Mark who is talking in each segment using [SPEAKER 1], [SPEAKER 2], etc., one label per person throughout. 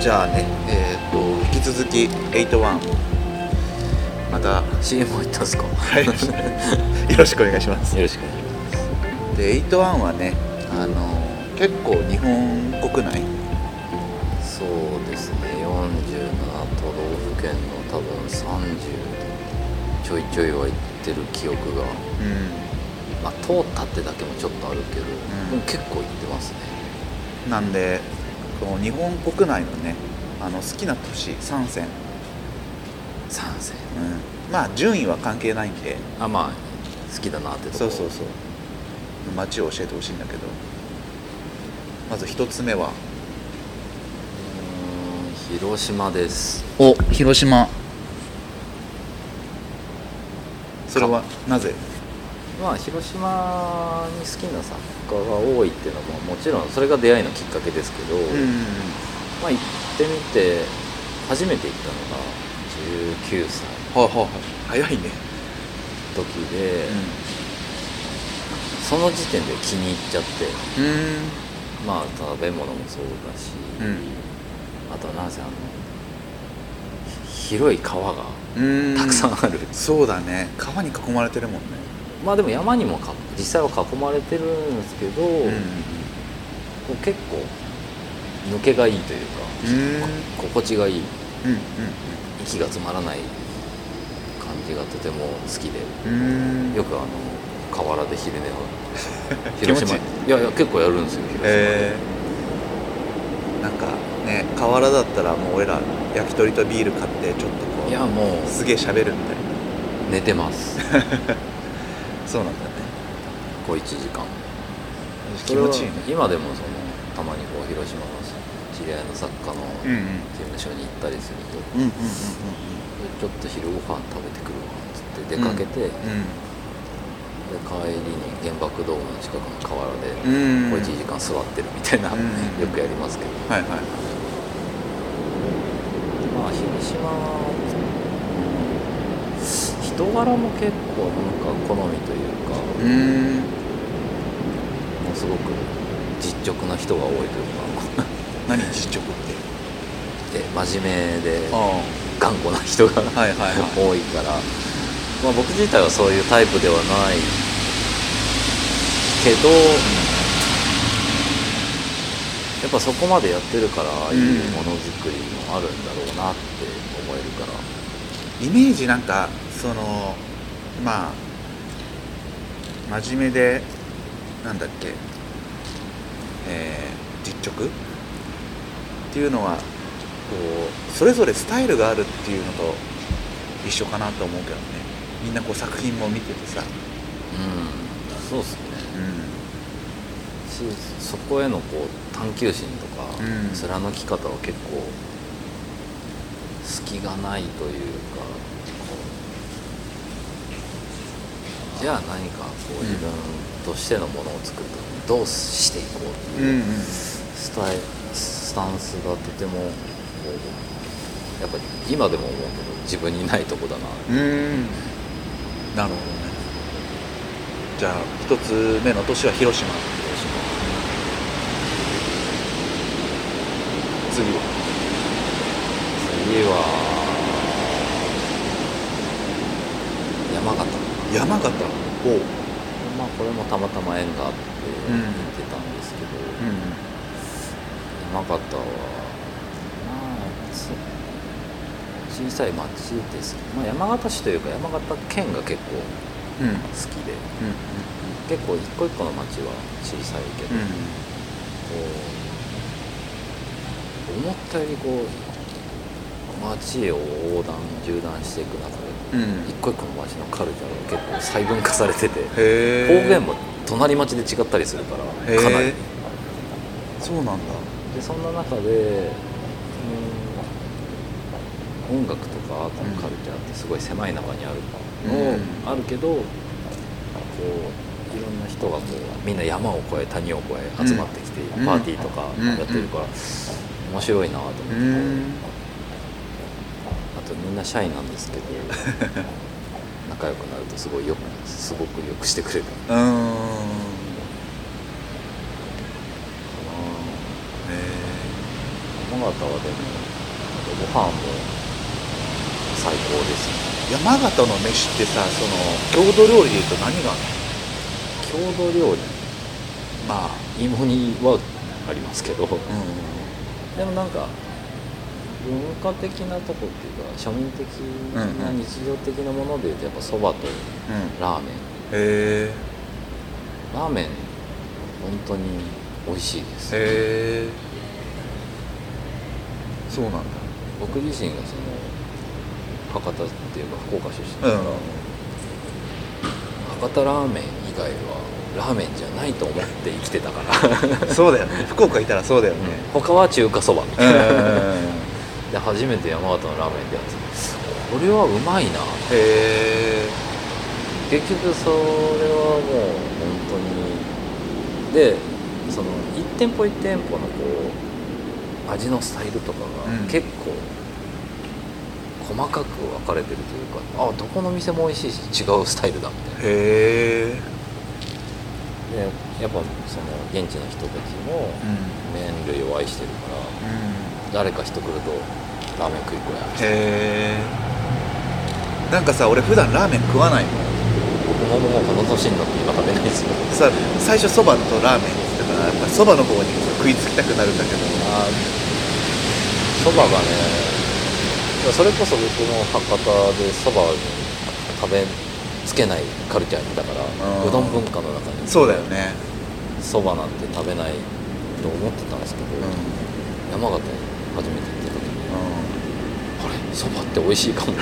[SPEAKER 1] じゃあねえーっと引き続き81また
[SPEAKER 2] CM 入ったんすか
[SPEAKER 1] はい よろしくお願いします
[SPEAKER 2] よろしくお願いしま
[SPEAKER 1] で81はねあの結構日本国内
[SPEAKER 2] すそうですね47都道府県の多分30ちょいちょいは行ってる記憶が、
[SPEAKER 1] う
[SPEAKER 2] まあ、通ったってだけもちょっとあるけど、
[SPEAKER 1] ん
[SPEAKER 2] でも結構行ってますね
[SPEAKER 1] んなんでこの日本国内のねあの好きな都市3選、
[SPEAKER 2] 参戦
[SPEAKER 1] うん、まあ順位は関係ないんで
[SPEAKER 2] あまあ好きだなってとこ
[SPEAKER 1] そうそうそう街を教えてほしいんだけどまず一つ目は
[SPEAKER 2] うーん広島です
[SPEAKER 1] お広島それはなぜ
[SPEAKER 2] まあ広島に好きな作家が多いっていうのももちろんそれが出会いのきっかけですけど、まあ行ってみて初めて行ったのが19歳
[SPEAKER 1] はあ、はあ、早いね
[SPEAKER 2] の時で、その時点で気に入っちゃって
[SPEAKER 1] うん
[SPEAKER 2] まあ食べ物もそうだし、
[SPEAKER 1] うん
[SPEAKER 2] あとはなぜあのひ広い川が
[SPEAKER 1] うん
[SPEAKER 2] たくさんある、
[SPEAKER 1] そうだね川に囲まれてるもんね
[SPEAKER 2] まあでも山にもか実際は囲まれてるんですけど、こう結構抜けがいいというか、
[SPEAKER 1] うん
[SPEAKER 2] こ心地がいい
[SPEAKER 1] うん
[SPEAKER 2] 息が詰まらない感じがとても好きで
[SPEAKER 1] うんうん
[SPEAKER 2] よくあの河原で昼 寝を
[SPEAKER 1] 気持
[SPEAKER 2] 広
[SPEAKER 1] ちいい
[SPEAKER 2] 島いやいや結構やるんですよ広島で、
[SPEAKER 1] えー、なんかね河原だったらもう俺ら焼き鳥とビール買ってちょっとこう
[SPEAKER 2] いやもう
[SPEAKER 1] すげえ喋るみたい
[SPEAKER 2] 寝てます
[SPEAKER 1] なそうなんだね
[SPEAKER 2] こう1時間
[SPEAKER 1] 気持ちいいね
[SPEAKER 2] それは今でもそのたまにこう広島の知り合いの作家の
[SPEAKER 1] うんうん
[SPEAKER 2] 事務所に行ったりすると、
[SPEAKER 1] うんうんうんうん
[SPEAKER 2] ちょっと昼ご飯食べてくるわっつって出かけて、で帰りに原爆ドームの近くの河原で、
[SPEAKER 1] うんう
[SPEAKER 2] こう
[SPEAKER 1] ん
[SPEAKER 2] 1時間座ってるみたいな、
[SPEAKER 1] うん
[SPEAKER 2] よくやりますけど、
[SPEAKER 1] はいはい
[SPEAKER 2] まあ広島は人柄も結構なんか好みというか、
[SPEAKER 1] うーん
[SPEAKER 2] もうすごく実直な人が多いというか
[SPEAKER 1] 何実直っ て
[SPEAKER 2] で真面目で
[SPEAKER 1] あ
[SPEAKER 2] 頑固な人が
[SPEAKER 1] はいはいはい
[SPEAKER 2] 多いから、まあ、僕自体はそういうタイプではないけど、やっぱそこまでやってるからああいうものづくりもあるんだろうなって思えるから。
[SPEAKER 1] イメージなんかそのまあ真面目でなんだっけえー実直っていうのはこうそれぞれスタイルがあるっていうのと一緒かなと思うけどねみんなこう作品も見ててさ、
[SPEAKER 2] うんそうっすね
[SPEAKER 1] う
[SPEAKER 2] しそこへのこう探求心とか、
[SPEAKER 1] うん
[SPEAKER 2] 貫き方は結構隙がないというかこうじゃあ何かこ
[SPEAKER 1] う
[SPEAKER 2] うん自分としてのものを作るときにどうしていこうって
[SPEAKER 1] ん、う
[SPEAKER 2] いうんスタイスタンスがとてもこうやっぱり今でも思うけど自分にないとこだな
[SPEAKER 1] うんうんなるほどねじゃあ一つ目の都市は広島次は
[SPEAKER 2] 次は山形
[SPEAKER 1] 山形を、
[SPEAKER 2] まあこれもたまたま縁があって
[SPEAKER 1] う
[SPEAKER 2] 行
[SPEAKER 1] ん
[SPEAKER 2] ってたんですけど、山形はまあつ小さい町ですけど、まあ、山形市というか山形県が結構好
[SPEAKER 1] うんうん
[SPEAKER 2] きで結構一個一個の町は小さいけど、こう思ったよりこう町を横断縦断していく中で
[SPEAKER 1] うんうん
[SPEAKER 2] 一個一個の町のカルチャーが結構細分化されてて
[SPEAKER 1] へ
[SPEAKER 2] 方
[SPEAKER 1] え
[SPEAKER 2] 言も隣町で違ったりするから
[SPEAKER 1] へー
[SPEAKER 2] かなり
[SPEAKER 1] そうなんだ
[SPEAKER 2] でそんな中でうん音楽とかアートのカルチャーってすごい狭い中にあるの、
[SPEAKER 1] うん
[SPEAKER 2] あるけどこういろんな人がこうみんな山を越え谷を越え集まってきて
[SPEAKER 1] うん
[SPEAKER 2] パーティーとかやってるから面白いなと思って、
[SPEAKER 1] うん
[SPEAKER 2] あとみんなシャイなんですけ ど仲良くなるとすごいよくすごくよくしてくれた
[SPEAKER 1] うー
[SPEAKER 2] か
[SPEAKER 1] ん
[SPEAKER 2] な
[SPEAKER 1] へ
[SPEAKER 2] 山形形はでもあとご飯も最高ですね
[SPEAKER 1] 山形の飯ってさその郷土料理でいうと何がある
[SPEAKER 2] 郷土料理
[SPEAKER 1] のまあ
[SPEAKER 2] 芋煮はありますけど
[SPEAKER 1] う
[SPEAKER 2] でもなんか文化的なとこっていうか庶民的な
[SPEAKER 1] うんうん
[SPEAKER 2] 日常的なものでいうとやっぱそばと
[SPEAKER 1] んうんへ
[SPEAKER 2] ラーメン
[SPEAKER 1] え
[SPEAKER 2] ラーメン本当に美味しいです
[SPEAKER 1] へえそうなんだ
[SPEAKER 2] 僕自身がその博多っていうか福岡出身だから、
[SPEAKER 1] うん
[SPEAKER 2] 博多ラーメン以外はラーメンじゃないと思って生きてたから
[SPEAKER 1] そうだよね福岡いたらそうだよね
[SPEAKER 2] 他は中華そばみ
[SPEAKER 1] うん
[SPEAKER 2] た
[SPEAKER 1] う
[SPEAKER 2] い
[SPEAKER 1] んうん
[SPEAKER 2] な、
[SPEAKER 1] うんへ
[SPEAKER 2] で初めて山形のラーメンでやってこれはうまいな
[SPEAKER 1] え
[SPEAKER 2] 結局それはもう本当にでその一店舗一店舗のこう味のスタイルとかが
[SPEAKER 1] うん
[SPEAKER 2] 結構細かく分かれてるというか、あどこの店も美味しいし違うスタイルだみたいな
[SPEAKER 1] へえ
[SPEAKER 2] でやっぱその現地の人たちも
[SPEAKER 1] うん
[SPEAKER 2] 麺類を愛してるから誰か人来るとラーメン食いこや
[SPEAKER 1] へえなんかさ俺普段ラーメン食わないもん
[SPEAKER 2] 僕ももうこの年になって今食べないですよ
[SPEAKER 1] さ最初そばとラーメンにしてたからやっぱそばの方に食いつきたくなるんだけど
[SPEAKER 2] あそばがねそれこそ僕も博多でそばを食べつけないカルチャーにいたから
[SPEAKER 1] ん
[SPEAKER 2] うどん文化の中に
[SPEAKER 1] そうだよね
[SPEAKER 2] そばなんて食べないと思ってたんですけど、
[SPEAKER 1] うん、
[SPEAKER 2] 山形に初めて行った時にあれそばって美味しい かも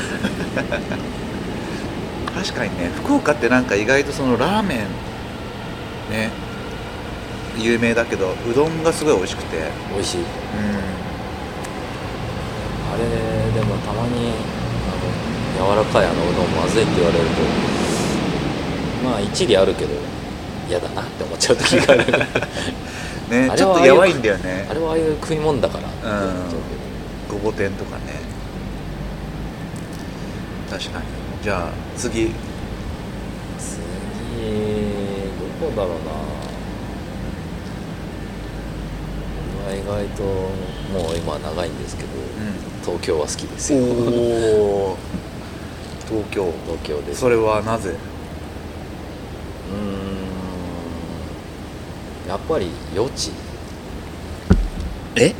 [SPEAKER 1] 確かにね福岡ってなんか意外とそのラーメンね有名だけどうどんがすごい美味しくて
[SPEAKER 2] 美味しい
[SPEAKER 1] うん
[SPEAKER 2] あれでもたまにあの柔らかいあのうどんまずいって言われるとまあ一理あるけど嫌だなって思っちゃう時 がある
[SPEAKER 1] ね
[SPEAKER 2] あ
[SPEAKER 1] ち
[SPEAKER 2] れ
[SPEAKER 1] ょ
[SPEAKER 2] は
[SPEAKER 1] っとやばいんだよね
[SPEAKER 2] あれはああいう食い物だからって思っちゃうけど
[SPEAKER 1] ごぼ天とかね確かにじゃあ次
[SPEAKER 2] 次どこだろうな僕は意外ともう今は長いんですけど、東京は好きですよ
[SPEAKER 1] おお東京
[SPEAKER 2] 東京です
[SPEAKER 1] それはなぜ
[SPEAKER 2] うーんやっぱり余地
[SPEAKER 1] え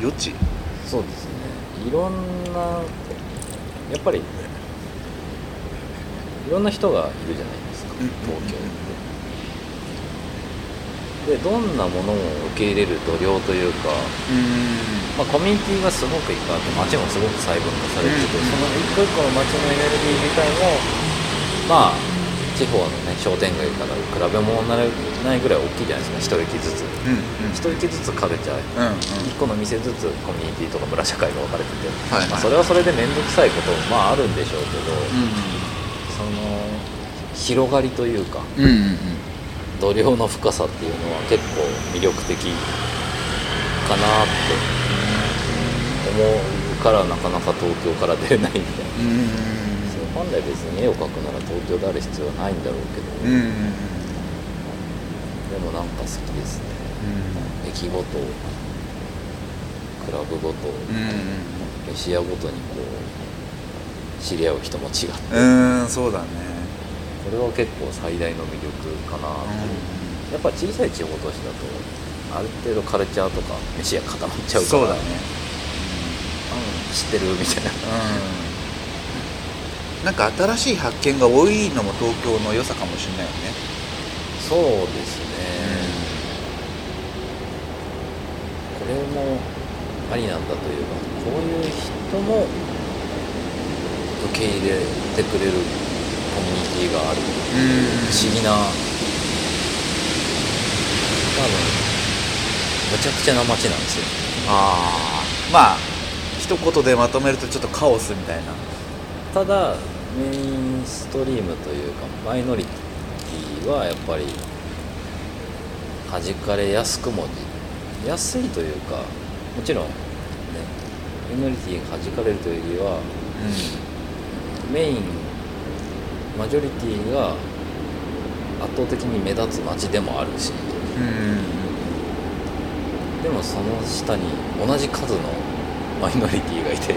[SPEAKER 1] 余地
[SPEAKER 2] そうですねいろんなやっぱりいろんな人がいるじゃないですか
[SPEAKER 1] うん
[SPEAKER 2] 東京ってでどんなものを受け入れる度量というか、
[SPEAKER 1] うん
[SPEAKER 2] まあ、コミュニティがすごくいっぱいあって街もすごく細分化されてて、
[SPEAKER 1] うん
[SPEAKER 2] その一個一個の街のエネルギー自体もまあ地方のね商店街から比べ物にならないぐらい大きいじゃないですか一駅ずつ
[SPEAKER 1] うんう
[SPEAKER 2] 一
[SPEAKER 1] ん
[SPEAKER 2] 駅ずつカルチャー
[SPEAKER 1] うんうん
[SPEAKER 2] 1個の店ずつコミュニティとか村社会が分かれてて、
[SPEAKER 1] はいは
[SPEAKER 2] まあ、
[SPEAKER 1] い
[SPEAKER 2] それはそれで面倒くさいこともまああるんでしょうけど、その広がりというか
[SPEAKER 1] うんうんうんうん
[SPEAKER 2] 度量の深さっていうのは結構魅力的かなって思うからなかなか東京から出れないみたいな、そう本来別に絵を描くなら東京である必要はないんだろうけど、
[SPEAKER 1] うんうん
[SPEAKER 2] でもなんか好きですね駅ごとクラブごと、飯屋ごとにこう知り合う人も違って
[SPEAKER 1] うんうんうんそうだね
[SPEAKER 2] これは結構最大の魅力かなという、やっぱ小さい地方都市だとある程度カルチャーとか飯屋固まっちゃうから
[SPEAKER 1] そうだね
[SPEAKER 2] うん知ってるみたいな
[SPEAKER 1] うんなんか新しい発見が多いのも東京の良さかもしれないよね
[SPEAKER 2] そうですね、これもありなんだというかこういう人も受け入れてくれるコミュニティがある不思議な多分むちゃくちゃな街なんですよ
[SPEAKER 1] ああまあ一言でまとめるとちょっとカオスみたいな
[SPEAKER 2] ただメインストリームというかマイノリティはやっぱり弾かれやすくも安いというかもちろんねマイノリティが弾かれるというよりは
[SPEAKER 1] う
[SPEAKER 2] メインマジョリティが圧倒的に目立つ街でもあるし
[SPEAKER 1] んうん
[SPEAKER 2] ででもその下に同じ数のマイノリティがいて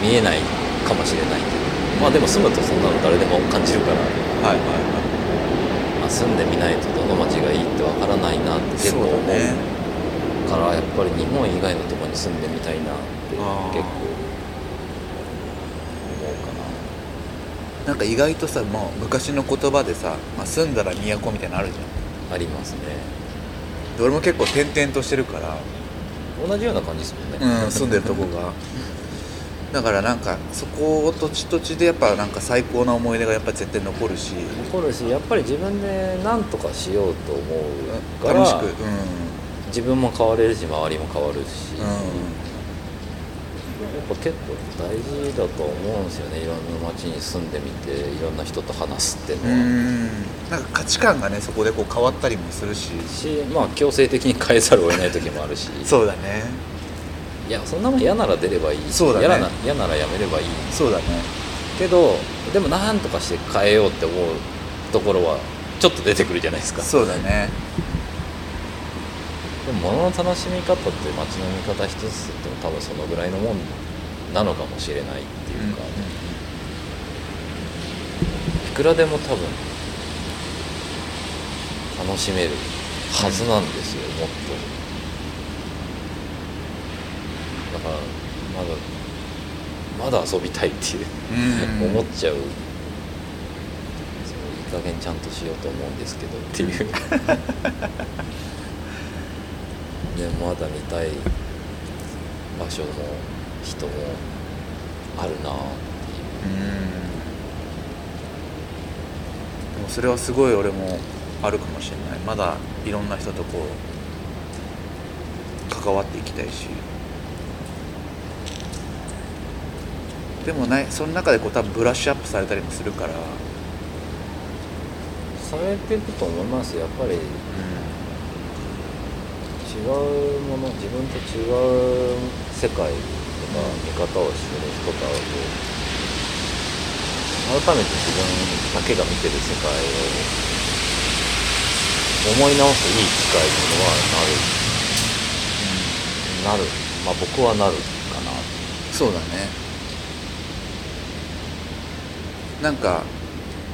[SPEAKER 2] 見えないかもしれないけどまあでも住むとそんなの誰でも感じるから、
[SPEAKER 1] はいはいは
[SPEAKER 2] まあ、住んでみないとどの町がいいってわからないなって
[SPEAKER 1] い
[SPEAKER 2] 結構思う
[SPEAKER 1] ね
[SPEAKER 2] からやっぱり日本以外のところに住んでみたいなって結構
[SPEAKER 1] あー
[SPEAKER 2] 思う
[SPEAKER 1] なんか意外とさもう昔の言葉でさ、まあ、住んだら都みたいなのあるじゃ
[SPEAKER 2] かなありますね
[SPEAKER 1] んで俺も結構転々としてるから
[SPEAKER 2] 同じような感じですもんね、
[SPEAKER 1] うん、住んでるとこ がだからなんかそこ土地土地でやっぱなんか最高な思い出がやっぱ絶対残るし
[SPEAKER 2] 残るしやっぱり自分で何とかしようと思うから
[SPEAKER 1] 楽しくうん
[SPEAKER 2] 自分も変われるし周りも変わるし、
[SPEAKER 1] う
[SPEAKER 2] やっ
[SPEAKER 1] ん
[SPEAKER 2] ぱ結構大事だと思うんですよねいろんな町に住んでみていろんな人と話すっていう
[SPEAKER 1] う
[SPEAKER 2] のは、
[SPEAKER 1] んなんか価値観がねそこでこう変わったりもするし
[SPEAKER 2] しまあ強制的に変えざるを得ない時もあるし
[SPEAKER 1] そうだね
[SPEAKER 2] いやそんなもん嫌なら出ればいい
[SPEAKER 1] そうだね
[SPEAKER 2] 嫌な嫌ならやめればいい
[SPEAKER 1] そうだね
[SPEAKER 2] けどでもなんとかして変えようって思うところはちょっと出てくるじゃないですか
[SPEAKER 1] そうだね
[SPEAKER 2] でも物の楽しみ方って街の見方一つっても多分そのぐらいのもんなのかもしれないっていうか、いくらでも多分楽しめるはずなんですよ、もっとだからまだまだ遊びたいっていう
[SPEAKER 1] うん
[SPEAKER 2] 思っちゃう、そういい加減ちゃんとしようと思うんですけどって いうでもまだ見たい場所も人もあるなあって
[SPEAKER 1] うんでもそれはすごい俺もあるかもしれないまだいろんな人とこう関わっていきたいしでもないその中でこう多分ブラッシュアップされたりもするから、
[SPEAKER 2] いうされてると思いますやっぱり違うもの自分と違う世界とか見方をしてる人と会うと改めて自分だけが見てる世界を思い直すいい機会っていうのはなるなるまあ僕はなるかな
[SPEAKER 1] そうだねなんか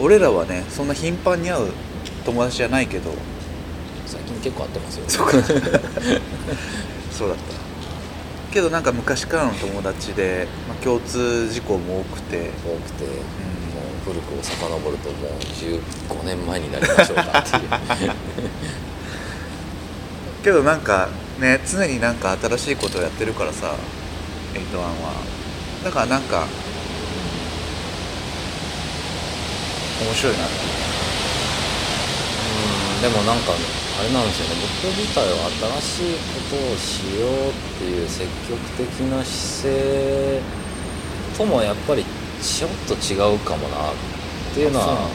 [SPEAKER 1] 俺らはねそんな頻繁に会う友達じゃないけど
[SPEAKER 2] 最近結構会ってますよ
[SPEAKER 1] そうかそうだったけどなんか昔からの友達で、まあ、共通事項も多くて
[SPEAKER 2] 多くて、もう古くを遡るともう15年前になりましょうかっていう
[SPEAKER 1] けどなんかね常になんか新しいことをやってるからさ8-1はだからなんか面白いな
[SPEAKER 2] うんでもなんかあれなんですよね僕自体は新しいことをしようっていう積極的な姿勢ともやっぱりちょっと違うかもなっていうのは
[SPEAKER 1] あそうなんだ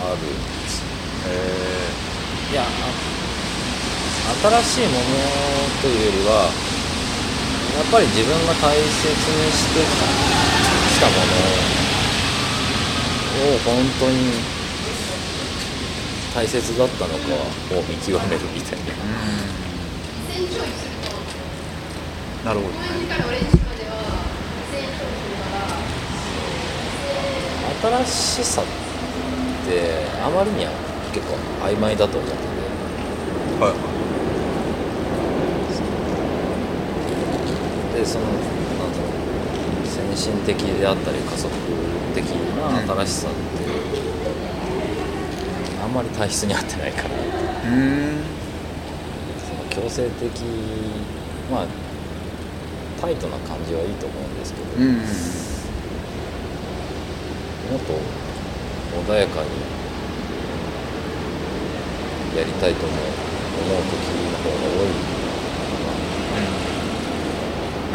[SPEAKER 2] あるんですよ
[SPEAKER 1] へ
[SPEAKER 2] いやあ新しいものというよりはやっぱり自分が大切にしてきたものを本当に大切だったのかを見極めるみたいな
[SPEAKER 1] えうんなるほどね
[SPEAKER 2] 新しさってあまりには結構曖昧だと思ってて
[SPEAKER 1] はい
[SPEAKER 2] でそのなんだろう先進的であったり加速的な新しさって、あんまり体質に合ってないから
[SPEAKER 1] うーん
[SPEAKER 2] その強制的まあタイトな感じはいいと思うんですけど、
[SPEAKER 1] うんうん
[SPEAKER 2] もっと穏やかにやりたいと思う思う時の方が多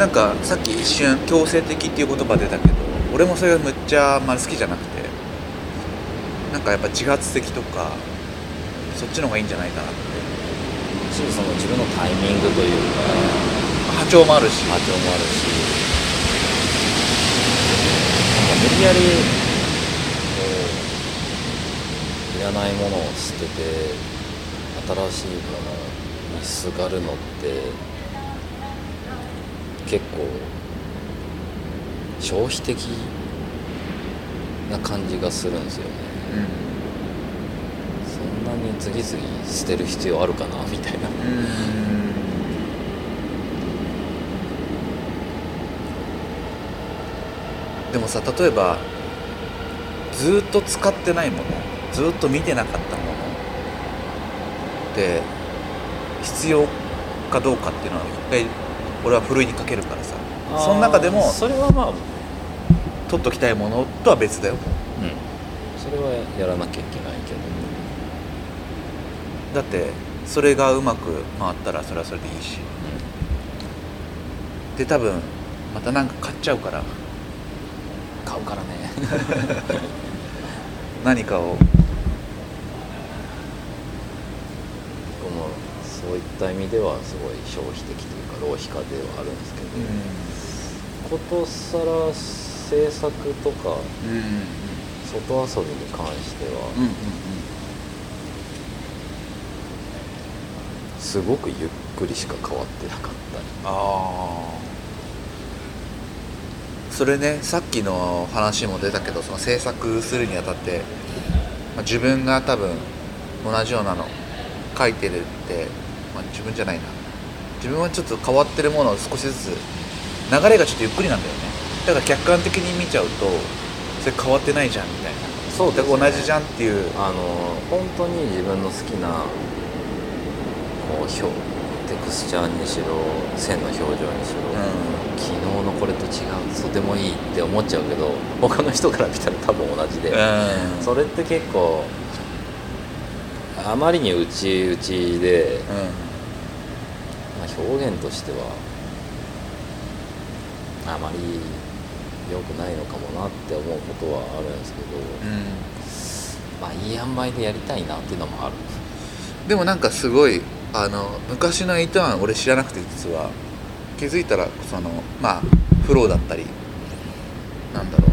[SPEAKER 2] い
[SPEAKER 1] なんかさっき一瞬強制的っていう言葉出たけど俺もそれがむっちゃあんまり好きじゃなくてなんかやっぱ自発的とかそっちの方がいいんじゃないかなって
[SPEAKER 2] しその自分のタイミングというか。
[SPEAKER 1] 波長もあるし
[SPEAKER 2] 波長もあるしなんか無理やりこういらないものを捨てて新しいものすがるのって結構消費的な感じがするんですよねそんなに次々捨てる必要あるかなみたいな
[SPEAKER 1] うんうんでもさ例えばずーっと使ってないものずーっと見てなかったものって必要かどうかっていうのは一回俺はふるいにかけるからさその中でも
[SPEAKER 2] それはまあ、うん、
[SPEAKER 1] 取っときたいものとは別だよ
[SPEAKER 2] それはやらなきゃいけないけど
[SPEAKER 1] だってそれがうまく回ったらそれはそれでいいしで多分またなんか買っちゃうから
[SPEAKER 2] 買うからね
[SPEAKER 1] 何かを
[SPEAKER 2] 僕もそういった意味ではすごい消費的というか浪費家ではあるんですけど、ことさら制作とか
[SPEAKER 1] うんうん
[SPEAKER 2] 外遊びに関しては、
[SPEAKER 1] うんうん
[SPEAKER 2] すごくゆっくりしか変わってなかったり
[SPEAKER 1] ああそれねさっきの話も出たけどその制作するにあたって、まあ自分が多分同じようなの書いてるって、まあ自分じゃないな自分はちょっと変わってるものを少しずつ流れがちょっとゆっくりなんだよねだから客観的に見ちゃうとそれ変わってないじゃんみたいな
[SPEAKER 2] そ
[SPEAKER 1] 全く同じじゃんっていう
[SPEAKER 2] あの本当に自分の好きなこう表テクスチャーにしろ線の表情にしろ、
[SPEAKER 1] う
[SPEAKER 2] 昨日のこれと違うとてもいいって思っちゃうけど他の人から見たら多分同じで、
[SPEAKER 1] んうん
[SPEAKER 2] それって結構あまりにうちうちで、
[SPEAKER 1] う
[SPEAKER 2] まあ、表現としてはあまり良くないのかもなって思うことはあるんですけど、
[SPEAKER 1] んうん
[SPEAKER 2] まあいい塩梅でやりたいなっていうのもある
[SPEAKER 1] でもなんかすごいあの昔のイターン俺知らなくて実は気づいたらそのまあフローだったりなんだろう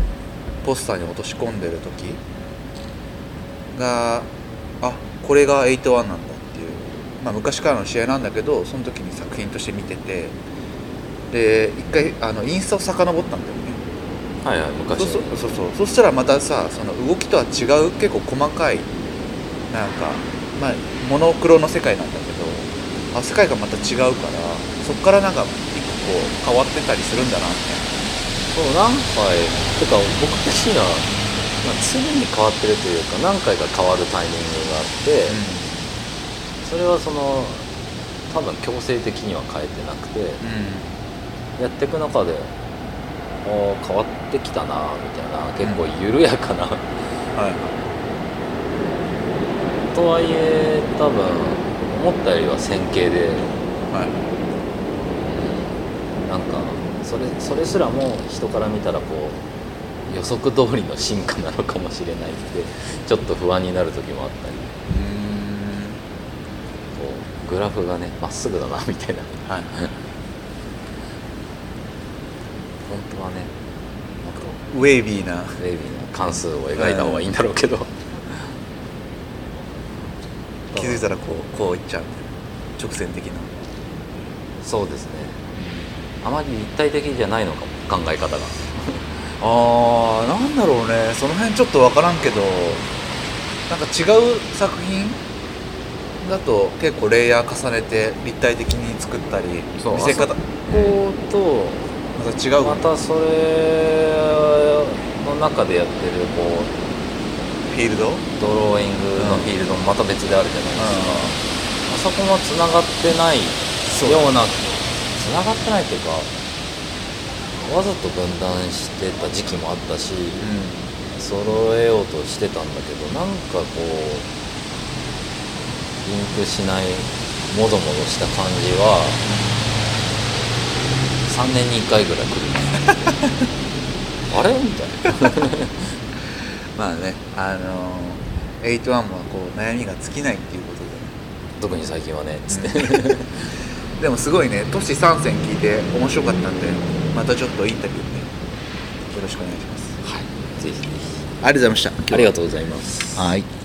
[SPEAKER 1] ポスターに落とし込んでる時があこれが8-1なんだっていう、まあ、昔からの試合なんだけどその時に作品として見ててで一回あのインスタを遡ったんだよね
[SPEAKER 2] はいはい昔
[SPEAKER 1] そうそうそうそうそしたらまたさその動きとは違う結構細かいなんかまあモノクロの世界なんだけどあ世界がまた違うからそこからなんか一個こう変わってたりするんだなみ
[SPEAKER 2] そう何回てか僕自身は、まあ、常に変わってるというか何回か変わるタイミングがあって、それはその多分強制的には変えてなくて、やっていく中でああ変わってきたなみたいな結構緩やかな、
[SPEAKER 1] たいなうん、はい
[SPEAKER 2] とはいえ多分思ったよりは線形で
[SPEAKER 1] は
[SPEAKER 2] な
[SPEAKER 1] い
[SPEAKER 2] んかそれそれすらも人から見たらこう予測通りの進化なのかもしれないってちょっと不安になる時もあったりこうグラフがねまっすぐだなみたいな
[SPEAKER 1] はい
[SPEAKER 2] 本当はねなんか
[SPEAKER 1] ウェービーな
[SPEAKER 2] ベイビーの関数を描いた方が いいんだろうけど、
[SPEAKER 1] 気づいたらこうこういっちゃう直線的な
[SPEAKER 2] そうですねあまり立体的じゃないのかも考え方が
[SPEAKER 1] あーなんだろうねその辺ちょっと分からんけどなんか違う作品だと結構レイヤー重ねて立体的に作ったり
[SPEAKER 2] そう
[SPEAKER 1] 見せ方
[SPEAKER 2] あこと
[SPEAKER 1] また違う
[SPEAKER 2] またそれの中でやってるこう
[SPEAKER 1] フィールド、うん、
[SPEAKER 2] ドローイングのフィールドもまた別であるじゃないですか、あそこもつながってない
[SPEAKER 1] そう
[SPEAKER 2] ようなつながってないというかわざと分断してた時期もあったし、揃えようとしてたんだけどなんかこうリンクしないもどもどした感じは3年に1回ぐらい来るあれみたいな
[SPEAKER 1] まあねあのー、81もこう悩みが尽きないっていうことで
[SPEAKER 2] 特に最近はねつって
[SPEAKER 1] でもすごいね都市3選聞いて面白かったんでまたちょっとインタビューねよろしくお願いします
[SPEAKER 2] ぜひぜひ
[SPEAKER 1] ありがとうございました
[SPEAKER 2] ありがとうございます
[SPEAKER 1] はい